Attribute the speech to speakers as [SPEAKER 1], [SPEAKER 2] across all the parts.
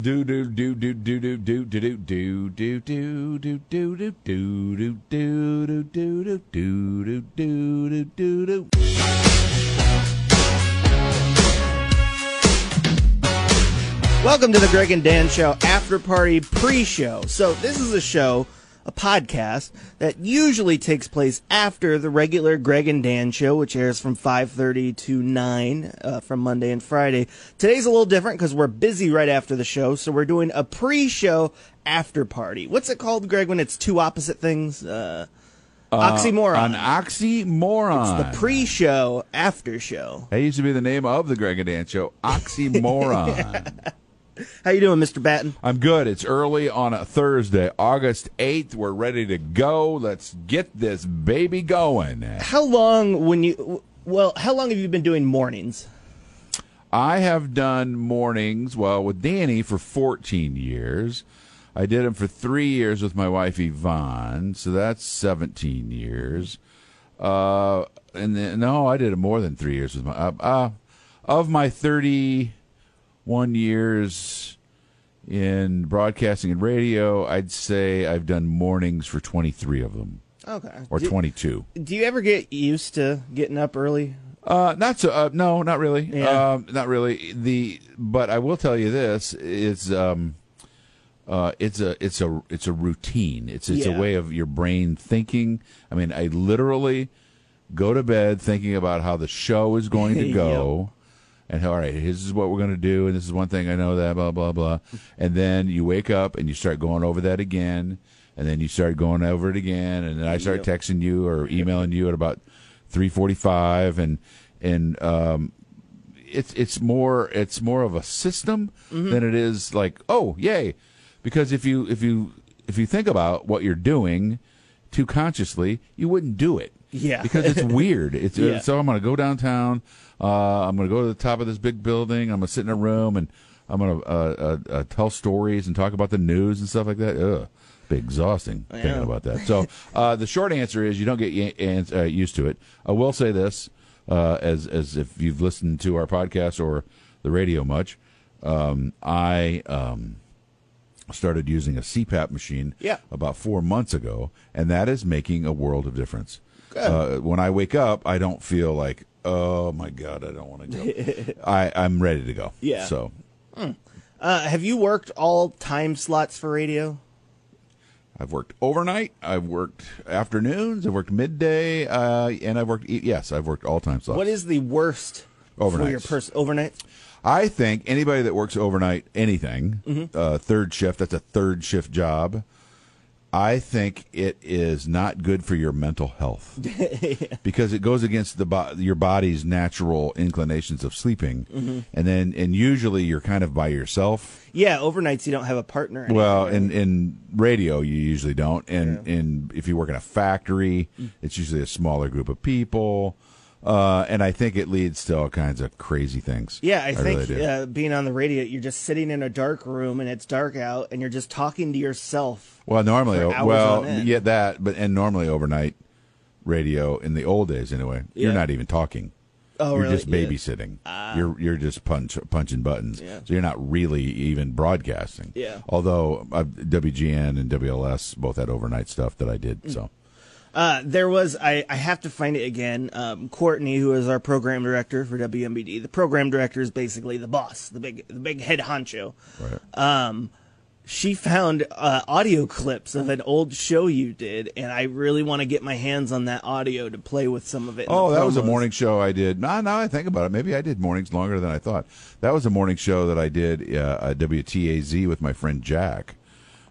[SPEAKER 1] do do do do do do do do do do do do do do do do do do do do do do do do do.
[SPEAKER 2] Welcome to the Greg and Dan Show After Party Pre Show. So, this is a show, a podcast, that usually takes place after the regular Greg and Dan Show, which airs from 5.30 to 9 uh, from Monday and Friday. Today's a little different because we're busy right after the show, so we're doing a pre show after party. What's it called, Greg, when it's two opposite things? Uh,
[SPEAKER 1] An
[SPEAKER 2] oxymoron.
[SPEAKER 1] oxymoron.
[SPEAKER 2] the pre show after show.
[SPEAKER 1] that used to be the name of the Greg and Dan show. Oxymoron.
[SPEAKER 2] How you doing, Mr. Batten?
[SPEAKER 1] I'm good. It's early on a Thursday, August 8th. We're ready to go. Let's get this baby going.
[SPEAKER 2] How long when you, well, how long have you been doing mornings?
[SPEAKER 1] I have done mornings, well, with Danny for 14 years. I did them for three years with my wife Yvonne, so that's 17 years. Uh, and then, no, I did it more than three years with my, uh, uh, of my 31 years in broadcasting and radio, I'd say I've done mornings for 23 of them
[SPEAKER 2] Okay.
[SPEAKER 1] or
[SPEAKER 2] Do-
[SPEAKER 1] 22.
[SPEAKER 2] Do you ever get used to getting up early?
[SPEAKER 1] Uh, not so. Uh, no, not really.
[SPEAKER 2] Yeah.
[SPEAKER 1] Um, not really. The but I will tell you this: it's um, uh, it's a it's a it's a routine. It's it's
[SPEAKER 2] Yeah.
[SPEAKER 1] a way of your brain thinking. I mean, I literally go to bed thinking about how the show is going to
[SPEAKER 2] Yep.
[SPEAKER 1] go. And all right, this is what we're going to do, and this is one thing I know that blah blah blah. And then you wake up and you start going over that again, and then you start going over it again, and then I start
[SPEAKER 2] Yep.
[SPEAKER 1] texting you or emailing you at about three forty-five, and and um, it's it's more it's more of a system than it is like oh yay, because if you if you if you think about what you're doing too consciously, you wouldn't do it.
[SPEAKER 2] Yeah.
[SPEAKER 1] because it's weird. It's uh,
[SPEAKER 2] Yeah.
[SPEAKER 1] so I'm going to go downtown. Uh, I'm going to go to the top of this big building. I'm going to sit in a room and I'm going to uh, uh, uh, tell stories and talk about the news and stuff like that. Ugh, be exhausting thinking about that. So uh, the short answer is you don't get y- an- uh, used to it. I will say this, uh, as as if you've listened to our podcast or the radio much, um, I. Um, started using a CPAP machine
[SPEAKER 2] Yeah.
[SPEAKER 1] about four months ago, and that is making a world of difference. Uh, when I wake up, I don't feel like, oh my god, I don't want to go. I I'm ready to go.
[SPEAKER 2] Yeah.
[SPEAKER 1] So
[SPEAKER 2] Uh, have you worked all time slots for radio?
[SPEAKER 1] I've worked overnight. I've worked afternoons. I've worked midday, uh, and I've worked. e- Yes, I've worked all time slots.
[SPEAKER 2] What is the worst for your
[SPEAKER 1] Overnights.
[SPEAKER 2] person? Overnight?
[SPEAKER 1] I think anybody that works overnight, anything,
[SPEAKER 2] Mm-hmm.
[SPEAKER 1] uh, third shift, that's a third shift job. I think it is not good for your mental health because it goes against the bo- your body's natural inclinations of sleeping,
[SPEAKER 2] Mm-hmm.
[SPEAKER 1] and then and usually you're kind of by yourself.
[SPEAKER 2] Yeah, overnights you don't have a partner.
[SPEAKER 1] Well, in in radio, you usually don't, and and if you work in a factory,
[SPEAKER 2] Mm.
[SPEAKER 1] it's usually a smaller group of people, uh, and I think it leads to all kinds of crazy things.
[SPEAKER 2] yeah, I,
[SPEAKER 1] really
[SPEAKER 2] think
[SPEAKER 1] do.
[SPEAKER 2] uh, being on the radio, you're just sitting in a dark room and it's dark out, and you're just talking to yourself.
[SPEAKER 1] Well, normally,
[SPEAKER 2] for hours
[SPEAKER 1] well,
[SPEAKER 2] on end.
[SPEAKER 1] yeah, that, but and normally overnight radio in the old days, anyway, you're
[SPEAKER 2] Yeah.
[SPEAKER 1] not even talking.
[SPEAKER 2] Oh,
[SPEAKER 1] you're
[SPEAKER 2] really?
[SPEAKER 1] just
[SPEAKER 2] Yeah. Ah.
[SPEAKER 1] babysitting. You're you're just punch, punching buttons.
[SPEAKER 2] Yeah.
[SPEAKER 1] So you're not really even broadcasting.
[SPEAKER 2] Yeah.
[SPEAKER 1] Although uh, WGN and WLS both had overnight stuff that I
[SPEAKER 2] Mm.
[SPEAKER 1] did. So
[SPEAKER 2] Uh, there was I, I have to find it again. Um, Courtney, who is our program director for WMBD, the program director is basically the boss, the big the big head honcho.
[SPEAKER 1] right.
[SPEAKER 2] um, she found uh, audio clips of an old show you did, and I really want to get my hands on that audio to play with some of it. in
[SPEAKER 1] Oh,
[SPEAKER 2] the
[SPEAKER 1] that was a
[SPEAKER 2] promos.
[SPEAKER 1] morning show I did. Now, now I think about it, maybe I did mornings longer than I thought. That was a morning show that I did uh, at WTAZ with my friend Jack,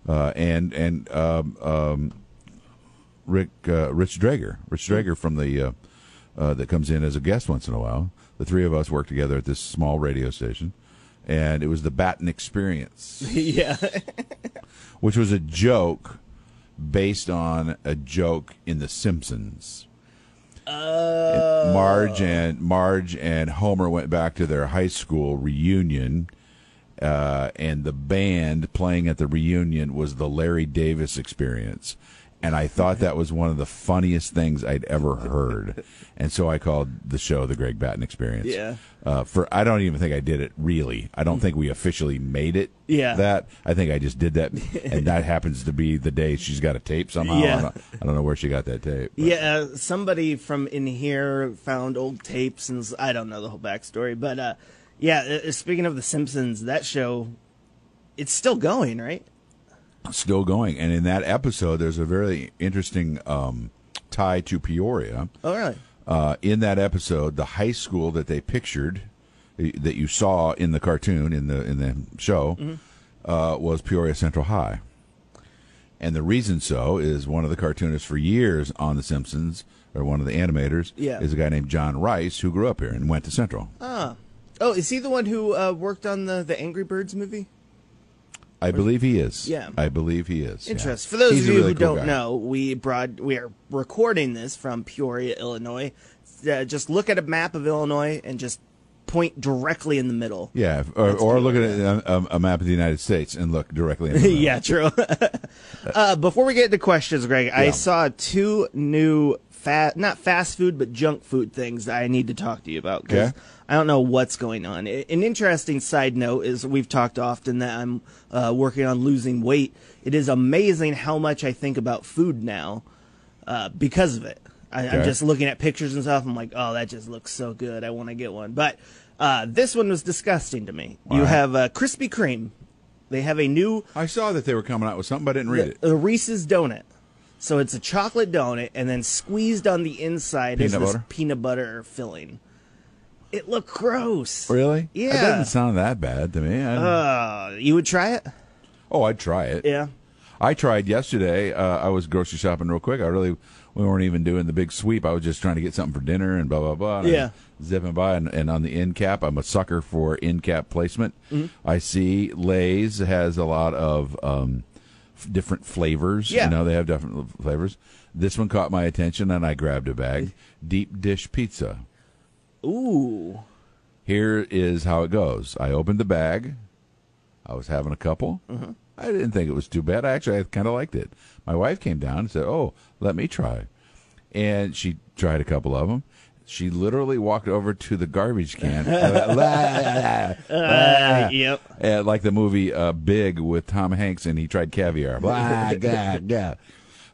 [SPEAKER 1] uh, and and um, um, Rick uh, Rich Drager, Rich Drager from the uh, uh, that comes in as a guest once in a while. The three of us worked together at this small radio station, and it was the Batten Experience
[SPEAKER 2] yeah,
[SPEAKER 1] which was a joke based on a joke in The Simpsons. Uh, Marge and Marge and Homer went back to their high school reunion, uh, and the band playing at the reunion was the Larry Davis Experience, And I thought that was one of the funniest things I'd ever heard. and so I called the show the Greg Batten Experience.
[SPEAKER 2] Yeah.
[SPEAKER 1] Uh, for I don't even think I did it really. I don't think we officially made it.
[SPEAKER 2] Yeah.
[SPEAKER 1] That I think I just did that, and that happens to be the day she's got a tape somehow.
[SPEAKER 2] Yeah.
[SPEAKER 1] I, don't, I don't know where she got that tape. but-
[SPEAKER 2] Yeah, uh, somebody from in here found old tapes, and s- I don't know the whole backstory, but uh, yeah. uh, Speaking of The Simpsons, that show, it's still going, right?
[SPEAKER 1] still going. And in that episode, there's a very interesting um, tie to Peoria.
[SPEAKER 2] Oh, really?
[SPEAKER 1] Uh, in that episode, the high school that they pictured, eh, that you saw in the cartoon in the in the show,
[SPEAKER 2] Mm-hmm.
[SPEAKER 1] uh, was Peoria Central High. And the reason so is one of the cartoonists for years on The Simpsons, or one of the animators,
[SPEAKER 2] Yeah.
[SPEAKER 1] is a guy named John Rice who grew up here and went to Central.
[SPEAKER 2] Oh, is he the one who uh, worked on the the Angry Birds movie?
[SPEAKER 1] I believe he is.
[SPEAKER 2] Yeah.
[SPEAKER 1] I believe he is. yeah.
[SPEAKER 2] Interest. For those
[SPEAKER 1] He's
[SPEAKER 2] of
[SPEAKER 1] a
[SPEAKER 2] you
[SPEAKER 1] really
[SPEAKER 2] who
[SPEAKER 1] cool
[SPEAKER 2] don't
[SPEAKER 1] guy.
[SPEAKER 2] know, we broad we are recording this from Peoria, Illinois. Uh, just look at a map of Illinois and just point directly in the middle.
[SPEAKER 1] Yeah, or, or look at a, a, a map of the United States and look directly. In the middle.
[SPEAKER 2] yeah, true. uh, before we get into questions, Greg, I
[SPEAKER 1] Yeah.
[SPEAKER 2] saw two new fat not fast food but junk food things that I need to talk to you about. 'cause
[SPEAKER 1] Okay.
[SPEAKER 2] I don't know what's going on. I- An interesting side note is we've talked often that I'm uh, working on losing weight. It is amazing how much I think about food now uh, because of it. I, I'm
[SPEAKER 1] Okay.
[SPEAKER 2] just looking at pictures and stuff. I'm like, oh, that just looks so good. I want to get one. But uh, this one was disgusting to me. you
[SPEAKER 1] Alright.
[SPEAKER 2] have uh, Krispy Kreme. They have a new
[SPEAKER 1] I saw that they were coming out with something, but I didn't read it.
[SPEAKER 2] a Reese's donut. So it's a chocolate donut, and then squeezed on the inside is
[SPEAKER 1] Peanut
[SPEAKER 2] this
[SPEAKER 1] butter?
[SPEAKER 2] peanut butter filling. It looked gross.
[SPEAKER 1] Really?
[SPEAKER 2] Yeah.
[SPEAKER 1] It doesn't sound that bad to me. I-
[SPEAKER 2] Uh, you would try it?
[SPEAKER 1] oh, I'd try it.
[SPEAKER 2] Yeah.
[SPEAKER 1] I tried yesterday. Uh, I was grocery shopping real quick. I really, we weren't even doing the big sweep. I was just trying to get something for dinner and blah blah blah. And I
[SPEAKER 2] Yeah.
[SPEAKER 1] was Zipping by and, and on the end cap, I'm a sucker for end cap placement.
[SPEAKER 2] Mm-hmm.
[SPEAKER 1] I see Lay's has a lot of um, f- different flavors.
[SPEAKER 2] Yeah.
[SPEAKER 1] You know, they have different flavors. This one caught my attention, and I grabbed a bag.
[SPEAKER 2] Mm-hmm.
[SPEAKER 1] Deep dish pizza.
[SPEAKER 2] Ooh.
[SPEAKER 1] here is how it goes. I opened the bag. I was having a couple. I didn't think it was too bad. Actually, I kind of liked it. My wife came down and said, "Oh, let me try," and she tried a couple of them. She literally walked over to the garbage can,
[SPEAKER 2] Uh, yep.
[SPEAKER 1] Uh, like the movie uh, Big with Tom Hanks, and he tried caviar. Blah, gah, gah.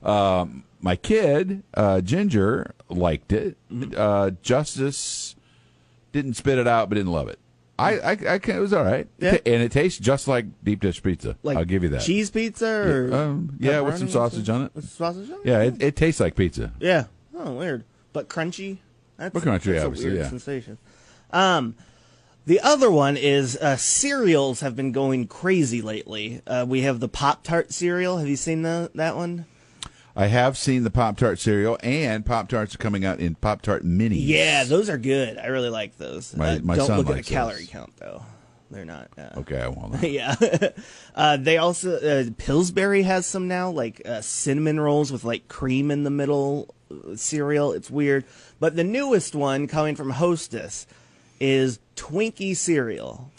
[SPEAKER 1] Um, my kid uh, Ginger liked it.
[SPEAKER 2] Mm-hmm.
[SPEAKER 1] Uh, Justice didn't spit it out, but didn't love it. I, I, I can, it was all right,
[SPEAKER 2] Yeah.
[SPEAKER 1] and it tastes just like deep dish pizza.
[SPEAKER 2] Like
[SPEAKER 1] I'll give you that.
[SPEAKER 2] Cheese pizza or
[SPEAKER 1] um, yeah, with some
[SPEAKER 2] pepperoni or
[SPEAKER 1] sausage on it.
[SPEAKER 2] With sausage on it?
[SPEAKER 1] Yeah, it, it tastes like pizza.
[SPEAKER 2] Yeah. Oh, weird. But crunchy. That's,
[SPEAKER 1] But crunchy,
[SPEAKER 2] that's a
[SPEAKER 1] obviously,
[SPEAKER 2] weird
[SPEAKER 1] yeah.
[SPEAKER 2] sensation. Um, the other one is uh, cereals have been going crazy lately. Uh, we have the Pop Tart cereal. Have you seen the, that one?
[SPEAKER 1] I have seen the Pop Tart cereal, and Pop Tarts are coming out in Pop Tart minis.
[SPEAKER 2] Yeah, those are good. I really like those.
[SPEAKER 1] My-
[SPEAKER 2] uh,
[SPEAKER 1] my
[SPEAKER 2] don't
[SPEAKER 1] son
[SPEAKER 2] look at
[SPEAKER 1] likes
[SPEAKER 2] the calorie
[SPEAKER 1] those.
[SPEAKER 2] count though. They're not. Uh,
[SPEAKER 1] Okay, I won't.
[SPEAKER 2] Yeah. uh, they also uh, Pillsbury has some now, like uh, cinnamon rolls with like cream in the middle uh, cereal. It's weird, but the newest one coming from Hostess is Twinkie cereal.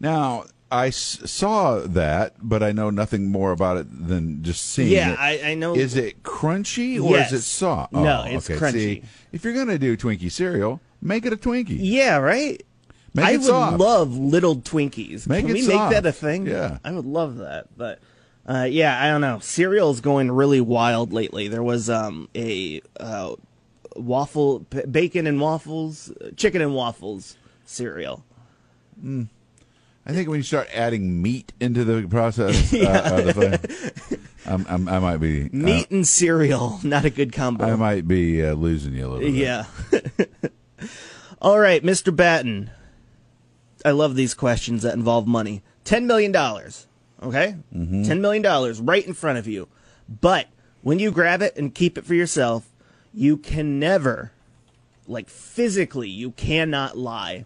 [SPEAKER 1] Now, I s- saw that, but I know nothing more about it than just seeing
[SPEAKER 2] Yeah,
[SPEAKER 1] it.
[SPEAKER 2] I- I know-
[SPEAKER 1] Is it crunchy or
[SPEAKER 2] Yes.
[SPEAKER 1] is it soft? Oh,
[SPEAKER 2] No, it's
[SPEAKER 1] okay.
[SPEAKER 2] crunchy.
[SPEAKER 1] See, if you're going to do Twinkie cereal, make it a Twinkie.
[SPEAKER 2] Yeah, right.
[SPEAKER 1] Make
[SPEAKER 2] I
[SPEAKER 1] it
[SPEAKER 2] would
[SPEAKER 1] soft.
[SPEAKER 2] love little Twinkies.
[SPEAKER 1] Make
[SPEAKER 2] Can
[SPEAKER 1] it
[SPEAKER 2] we
[SPEAKER 1] soft.
[SPEAKER 2] make that a thing?
[SPEAKER 1] Yeah.
[SPEAKER 2] I would love that. But uh, yeah, I don't know. Cereal's going really wild lately. There was um, a uh, waffle, p- bacon and waffles, uh, chicken and waffles cereal.
[SPEAKER 1] I think when you start adding meat into the process, uh, uh, the thing, I'm, I'm, I might be
[SPEAKER 2] Meat and cereal, not a good combo.
[SPEAKER 1] I might be uh, losing you a little bit.
[SPEAKER 2] yeah. All right, Mr. Batten. I love these questions that involve money. $10 million. Okay?
[SPEAKER 1] Mm-hmm.
[SPEAKER 2] $10 million right in front of you. But when you grab it and keep it for yourself, you can never, like physically, you cannot lie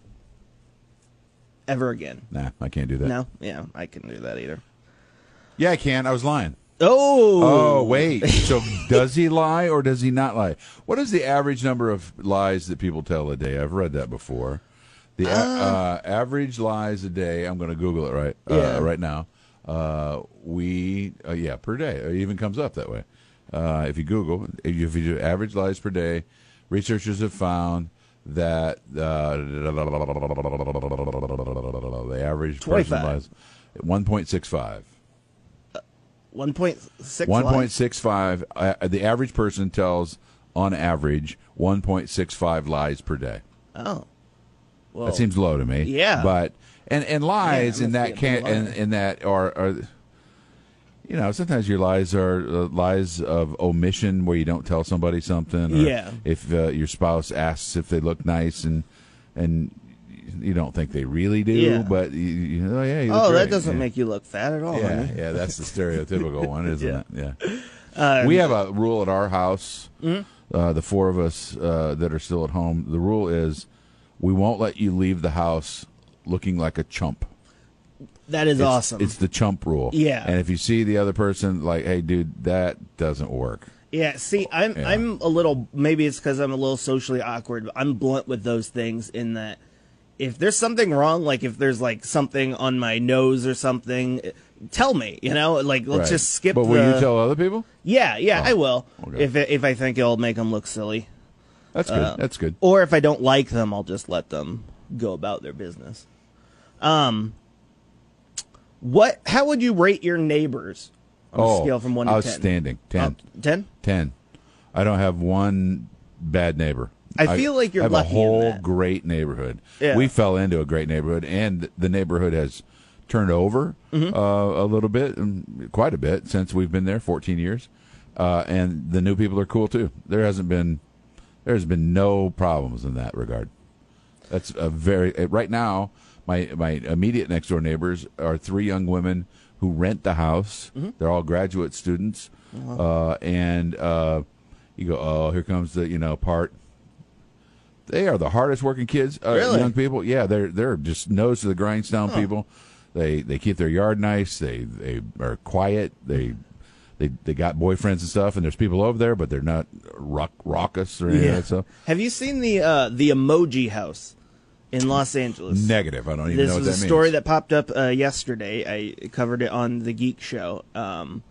[SPEAKER 2] ever again.
[SPEAKER 1] Nah, I can't do that.
[SPEAKER 2] No? Yeah, I couldn't do that either.
[SPEAKER 1] Yeah, I can. I was lying.
[SPEAKER 2] Oh!
[SPEAKER 1] Oh, wait. So does he lie or does he not lie? What is the average number of lies that people tell a day? I've read that before. The a- uh, average lies a day. I'm going to Google it right uh,
[SPEAKER 2] Yeah.
[SPEAKER 1] right now. Uh, we uh, yeah per day. It even comes up that way. Uh, if you Google, if you, if you do average lives per day, researchers have found that uh, the average person
[SPEAKER 2] 25.
[SPEAKER 1] lives 1.65.
[SPEAKER 2] 1.6 lives.
[SPEAKER 1] 1.65. Uh, the average person tells, on average, 1.65 lies per day.
[SPEAKER 2] Oh. Well,
[SPEAKER 1] That seems low to me.
[SPEAKER 2] Oh. Yeah.
[SPEAKER 1] But and and lies
[SPEAKER 2] Yeah,
[SPEAKER 1] in
[SPEAKER 2] must
[SPEAKER 1] that
[SPEAKER 2] be a
[SPEAKER 1] can
[SPEAKER 2] big
[SPEAKER 1] in,
[SPEAKER 2] lie.
[SPEAKER 1] in that are are you know sometimes your lies are uh, lies of omission where you don't tell somebody something. Or
[SPEAKER 2] Yeah.
[SPEAKER 1] If uh, your spouse asks if they look nice and and you don't think they really do,
[SPEAKER 2] Yeah.
[SPEAKER 1] but you, you know, oh yeah. You look
[SPEAKER 2] oh, that
[SPEAKER 1] great.
[SPEAKER 2] doesn't
[SPEAKER 1] yeah.
[SPEAKER 2] make you look fat at all.
[SPEAKER 1] Yeah,
[SPEAKER 2] honey.
[SPEAKER 1] yeah, that's the stereotypical one, isn't
[SPEAKER 2] Yeah. Um,
[SPEAKER 1] it? Yeah. we have a rule at our house.
[SPEAKER 2] Mm-hmm.
[SPEAKER 1] Uh, the four of us uh, that are still at home. The rule is we won't let you leave the house looking like a chump.
[SPEAKER 2] That is
[SPEAKER 1] It's,
[SPEAKER 2] awesome.
[SPEAKER 1] It's the chump rule.
[SPEAKER 2] Yeah.
[SPEAKER 1] And if you see the other person, like, hey, dude, that doesn't work.
[SPEAKER 2] Yeah, see, I'm
[SPEAKER 1] Yeah.
[SPEAKER 2] I'm a little maybe it's because I'm a little socially awkward. But I'm blunt with those things in that if there's something wrong, like if there's like something on my nose or something, eh, tell me. You know, like let's
[SPEAKER 1] Right.
[SPEAKER 2] just skip.
[SPEAKER 1] But will
[SPEAKER 2] the-
[SPEAKER 1] you tell other people?
[SPEAKER 2] Yeah, yeah, I will.
[SPEAKER 1] okay.
[SPEAKER 2] If if I think it'll make them look silly,
[SPEAKER 1] That's good.
[SPEAKER 2] uh,
[SPEAKER 1] That's good.
[SPEAKER 2] or if I don't like them, I'll just let them go about their business. Um, what? How would you rate your neighbors on a scale from one to
[SPEAKER 1] Oh, outstanding. Ten.
[SPEAKER 2] ten? Oh, ten?
[SPEAKER 1] 10. I don't have one bad neighbor.
[SPEAKER 2] I feel like you're
[SPEAKER 1] I have
[SPEAKER 2] lucky
[SPEAKER 1] a
[SPEAKER 2] in
[SPEAKER 1] whole
[SPEAKER 2] that.
[SPEAKER 1] great neighborhood.
[SPEAKER 2] Yeah.
[SPEAKER 1] We fell into a great neighborhood, and the neighborhood has turned over
[SPEAKER 2] Mm-hmm.
[SPEAKER 1] uh, a little bit, um, quite a bit since we've been there, 14 years. Uh, and the new people are cool too. There hasn't been, there has been no problems in that regard. That's a very uh, right now. My my immediate next door neighbors are three young women who rent the house.
[SPEAKER 2] Mm-hmm.
[SPEAKER 1] They're all graduate students,
[SPEAKER 2] Uh-huh.
[SPEAKER 1] uh, and uh, you go, oh, here comes the you know part. They are the hardest working kids, uh,
[SPEAKER 2] Really?
[SPEAKER 1] young people. Yeah, they're they're just nose to the grindstone people. They they keep their yard nice. They they are quiet. They they they got boyfriends and stuff. And there's people over there, but they're not rock, raucous or any of that stuff.
[SPEAKER 2] Have you seen the uh, the Emoji House in Los Angeles?
[SPEAKER 1] Negative. I don't even
[SPEAKER 2] This
[SPEAKER 1] know what
[SPEAKER 2] was
[SPEAKER 1] that
[SPEAKER 2] a
[SPEAKER 1] means.
[SPEAKER 2] story that popped up uh, yesterday. I covered it on the Geek Show. Um,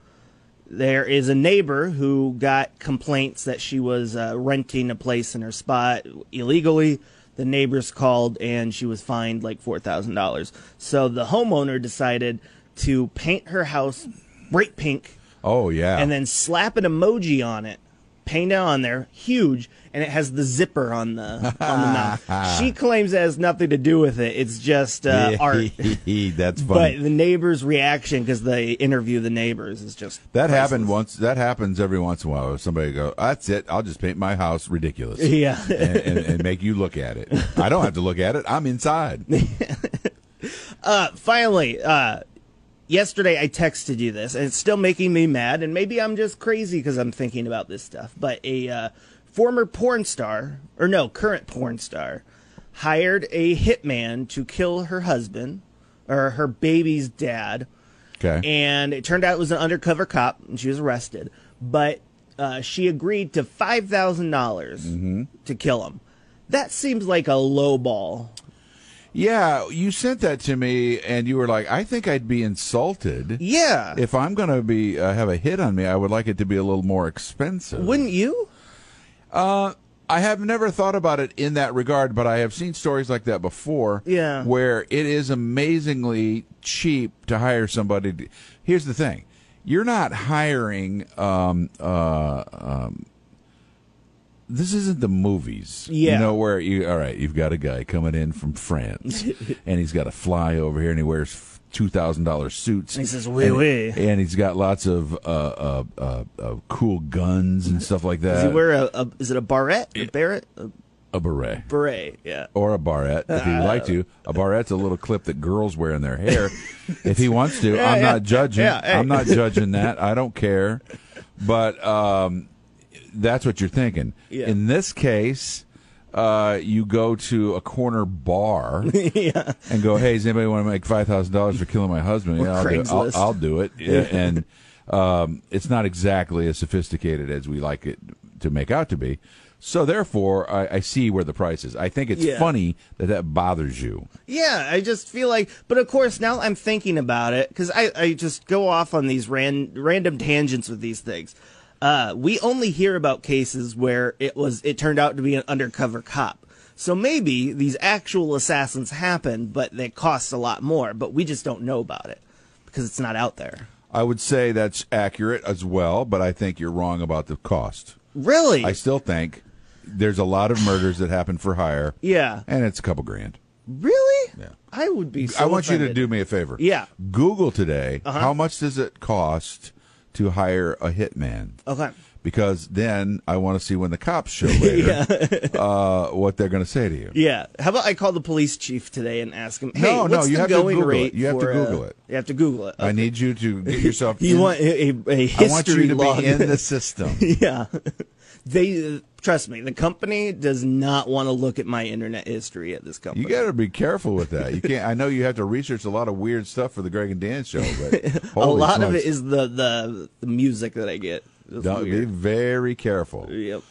[SPEAKER 2] there is a neighbor who got complaints that she was uh, renting a place in her spot illegally. The neighbors called and she was fined like four thousand dollars. So the homeowner decided to paint her house bright pink
[SPEAKER 1] Oh yeah.
[SPEAKER 2] and then slap an emoji on it, paint it on there, huge, and it has the zipper on the on the mouth. She claims it has nothing to do with it. It's just uh, art.
[SPEAKER 1] That's funny.
[SPEAKER 2] But the neighbors' reaction, because they interview the neighbors, is just
[SPEAKER 1] that happened once. That happens every once in a while. where Somebody go, that's it. I'll just paint my house ridiculous.
[SPEAKER 2] Yeah.
[SPEAKER 1] and, and, and make you look at it. I don't have to look at it. I'm inside.
[SPEAKER 2] finally, uh, yesterday I texted you this, and it's still making me mad. And maybe I'm just crazy because I'm thinking about this stuff. But a uh, former porn star, or no, current porn star, hired a hitman to kill her husband or her baby's dad.
[SPEAKER 1] Okay.
[SPEAKER 2] And it turned out it was an undercover cop, and she was arrested. But uh, she agreed to five dollars to kill him. That seems like a low ball.
[SPEAKER 1] yeah, you sent that to me, and you were like, I think I'd be insulted
[SPEAKER 2] Yeah,
[SPEAKER 1] if I'm going to be uh, have a hit on me. I would like it to be a little more expensive.
[SPEAKER 2] wouldn't you?
[SPEAKER 1] I have never thought about it in that regard, but I have seen stories like that before.
[SPEAKER 2] Yeah.
[SPEAKER 1] Where it is amazingly cheap to hire somebody. To, here's the thing you're not hiring. Um, uh, um, this isn't the movies. You
[SPEAKER 2] Yeah.
[SPEAKER 1] know, where you, all right, you've got a guy coming in from France and he's got to fly over here and he wears $2,000 suits.
[SPEAKER 2] And he says, "Oui,
[SPEAKER 1] and,
[SPEAKER 2] oui."
[SPEAKER 1] And he's got lots of uh, uh, uh, uh, cool guns and stuff like that.
[SPEAKER 2] Does he wear a, a is it a barrette? A barrette? A
[SPEAKER 1] a beret.
[SPEAKER 2] beret, yeah.
[SPEAKER 1] or a barrette if he'd like to. A barrette's a little clip that girls wear in their hair. if he wants to, I'm
[SPEAKER 2] yeah.
[SPEAKER 1] not judging.
[SPEAKER 2] Yeah, hey.
[SPEAKER 1] I'm not judging that. I don't care. But um, that's what you're thinking.
[SPEAKER 2] Yeah.
[SPEAKER 1] In this case, uh, you go to a corner bar and go, "Hey, does anybody want to make five thousand dollars for killing my husband?" Yeah, I'll do it. I'll,
[SPEAKER 2] Craigslist.
[SPEAKER 1] I'll do it. Yeah, and um, it's not exactly as sophisticated as we like it to make out to be. So therefore, I, I see where the price is. I think it's
[SPEAKER 2] Yeah.
[SPEAKER 1] funny that that bothers you.
[SPEAKER 2] Yeah, I just feel like, but of course now I'm thinking about it because I, I just go off on these ran, random tangents with these things. Uh, we only hear about cases where it was it turned out to be an undercover cop. So maybe these actual assassins happened, but they cost a lot more. But we just don't know about it because it's not out there.
[SPEAKER 1] I would say that's accurate as well, but I think you're wrong about the cost.
[SPEAKER 2] Really?
[SPEAKER 1] I still think there's a lot of murders that happen for hire,
[SPEAKER 2] yeah.
[SPEAKER 1] and it's a couple grand.
[SPEAKER 2] Really?
[SPEAKER 1] Yeah.
[SPEAKER 2] I would be. So
[SPEAKER 1] I want you to
[SPEAKER 2] offended.
[SPEAKER 1] do me a favor.
[SPEAKER 2] Yeah. Uh-huh.
[SPEAKER 1] Google today how much does it cost to hire a hitman?
[SPEAKER 2] Okay.
[SPEAKER 1] Because then I want to see when the cops show later uh, what they're going to say to you.
[SPEAKER 2] Yeah. How about I call the police chief today and ask him? Hey,
[SPEAKER 1] No, no,
[SPEAKER 2] what's
[SPEAKER 1] you
[SPEAKER 2] the
[SPEAKER 1] have to
[SPEAKER 2] going
[SPEAKER 1] Google it.
[SPEAKER 2] rate
[SPEAKER 1] You have to
[SPEAKER 2] for, uh,
[SPEAKER 1] Google it.
[SPEAKER 2] You have to Google it.
[SPEAKER 1] I need you to get yourself.
[SPEAKER 2] you
[SPEAKER 1] in-
[SPEAKER 2] want a, a- a
[SPEAKER 1] I want
[SPEAKER 2] history
[SPEAKER 1] you to
[SPEAKER 2] log.
[SPEAKER 1] be in the system.
[SPEAKER 2] yeah. They trust me. The company does not want to look at my internet history at this company.
[SPEAKER 1] You got to be careful with that. You can't. I know you have to research a lot of weird stuff for the Greg and Dan show, but
[SPEAKER 2] a lot of it is the, the the music that I get. It's
[SPEAKER 1] be
[SPEAKER 2] weird.
[SPEAKER 1] very careful.
[SPEAKER 2] Yep.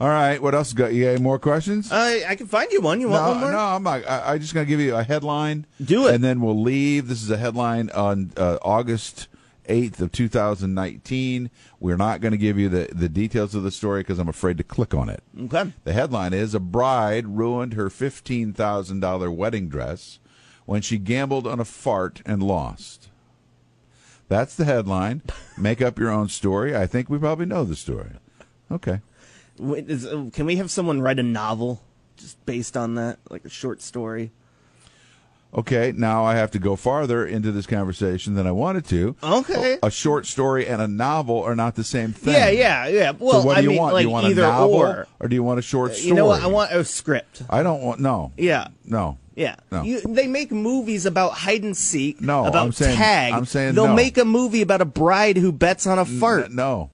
[SPEAKER 1] All right, what else got? You got any more questions?
[SPEAKER 2] I I can find you one. You want
[SPEAKER 1] no,
[SPEAKER 2] one more?
[SPEAKER 1] no, I'm not. I, I'm just gonna give you a headline.
[SPEAKER 2] Do it.
[SPEAKER 1] and then we'll leave. This is a headline on uh, August. 8th of 2019. We're not going to give you the, the details of the story because I'm afraid to click on it.
[SPEAKER 2] Okay.
[SPEAKER 1] The headline is A Bride Ruined Her $15,000 Wedding Dress When She Gambled on a Fart and Lost. That's the headline. Make up your own story. I think we probably know the story. Okay.
[SPEAKER 2] Wait, is, uh, can we have someone write a novel just based on that, like a short story?
[SPEAKER 1] Okay, now I have to go farther into this conversation than I wanted to.
[SPEAKER 2] Okay.
[SPEAKER 1] A short story and a novel are not the same thing.
[SPEAKER 2] yeah, yeah, yeah. Well,
[SPEAKER 1] so what do
[SPEAKER 2] I
[SPEAKER 1] you
[SPEAKER 2] mean,
[SPEAKER 1] want?
[SPEAKER 2] like
[SPEAKER 1] do you want
[SPEAKER 2] either
[SPEAKER 1] a novel
[SPEAKER 2] or.
[SPEAKER 1] do you want a short story?
[SPEAKER 2] You know what? I want a script.
[SPEAKER 1] I don't want no.
[SPEAKER 2] Yeah.
[SPEAKER 1] No.
[SPEAKER 2] Yeah,
[SPEAKER 1] No.
[SPEAKER 2] you, they make movies about hide and seek.
[SPEAKER 1] No,
[SPEAKER 2] about
[SPEAKER 1] I'm saying-
[SPEAKER 2] tag.
[SPEAKER 1] I'm saying
[SPEAKER 2] they'll
[SPEAKER 1] no.
[SPEAKER 2] make a movie about a bride who bets on a fart.
[SPEAKER 1] No.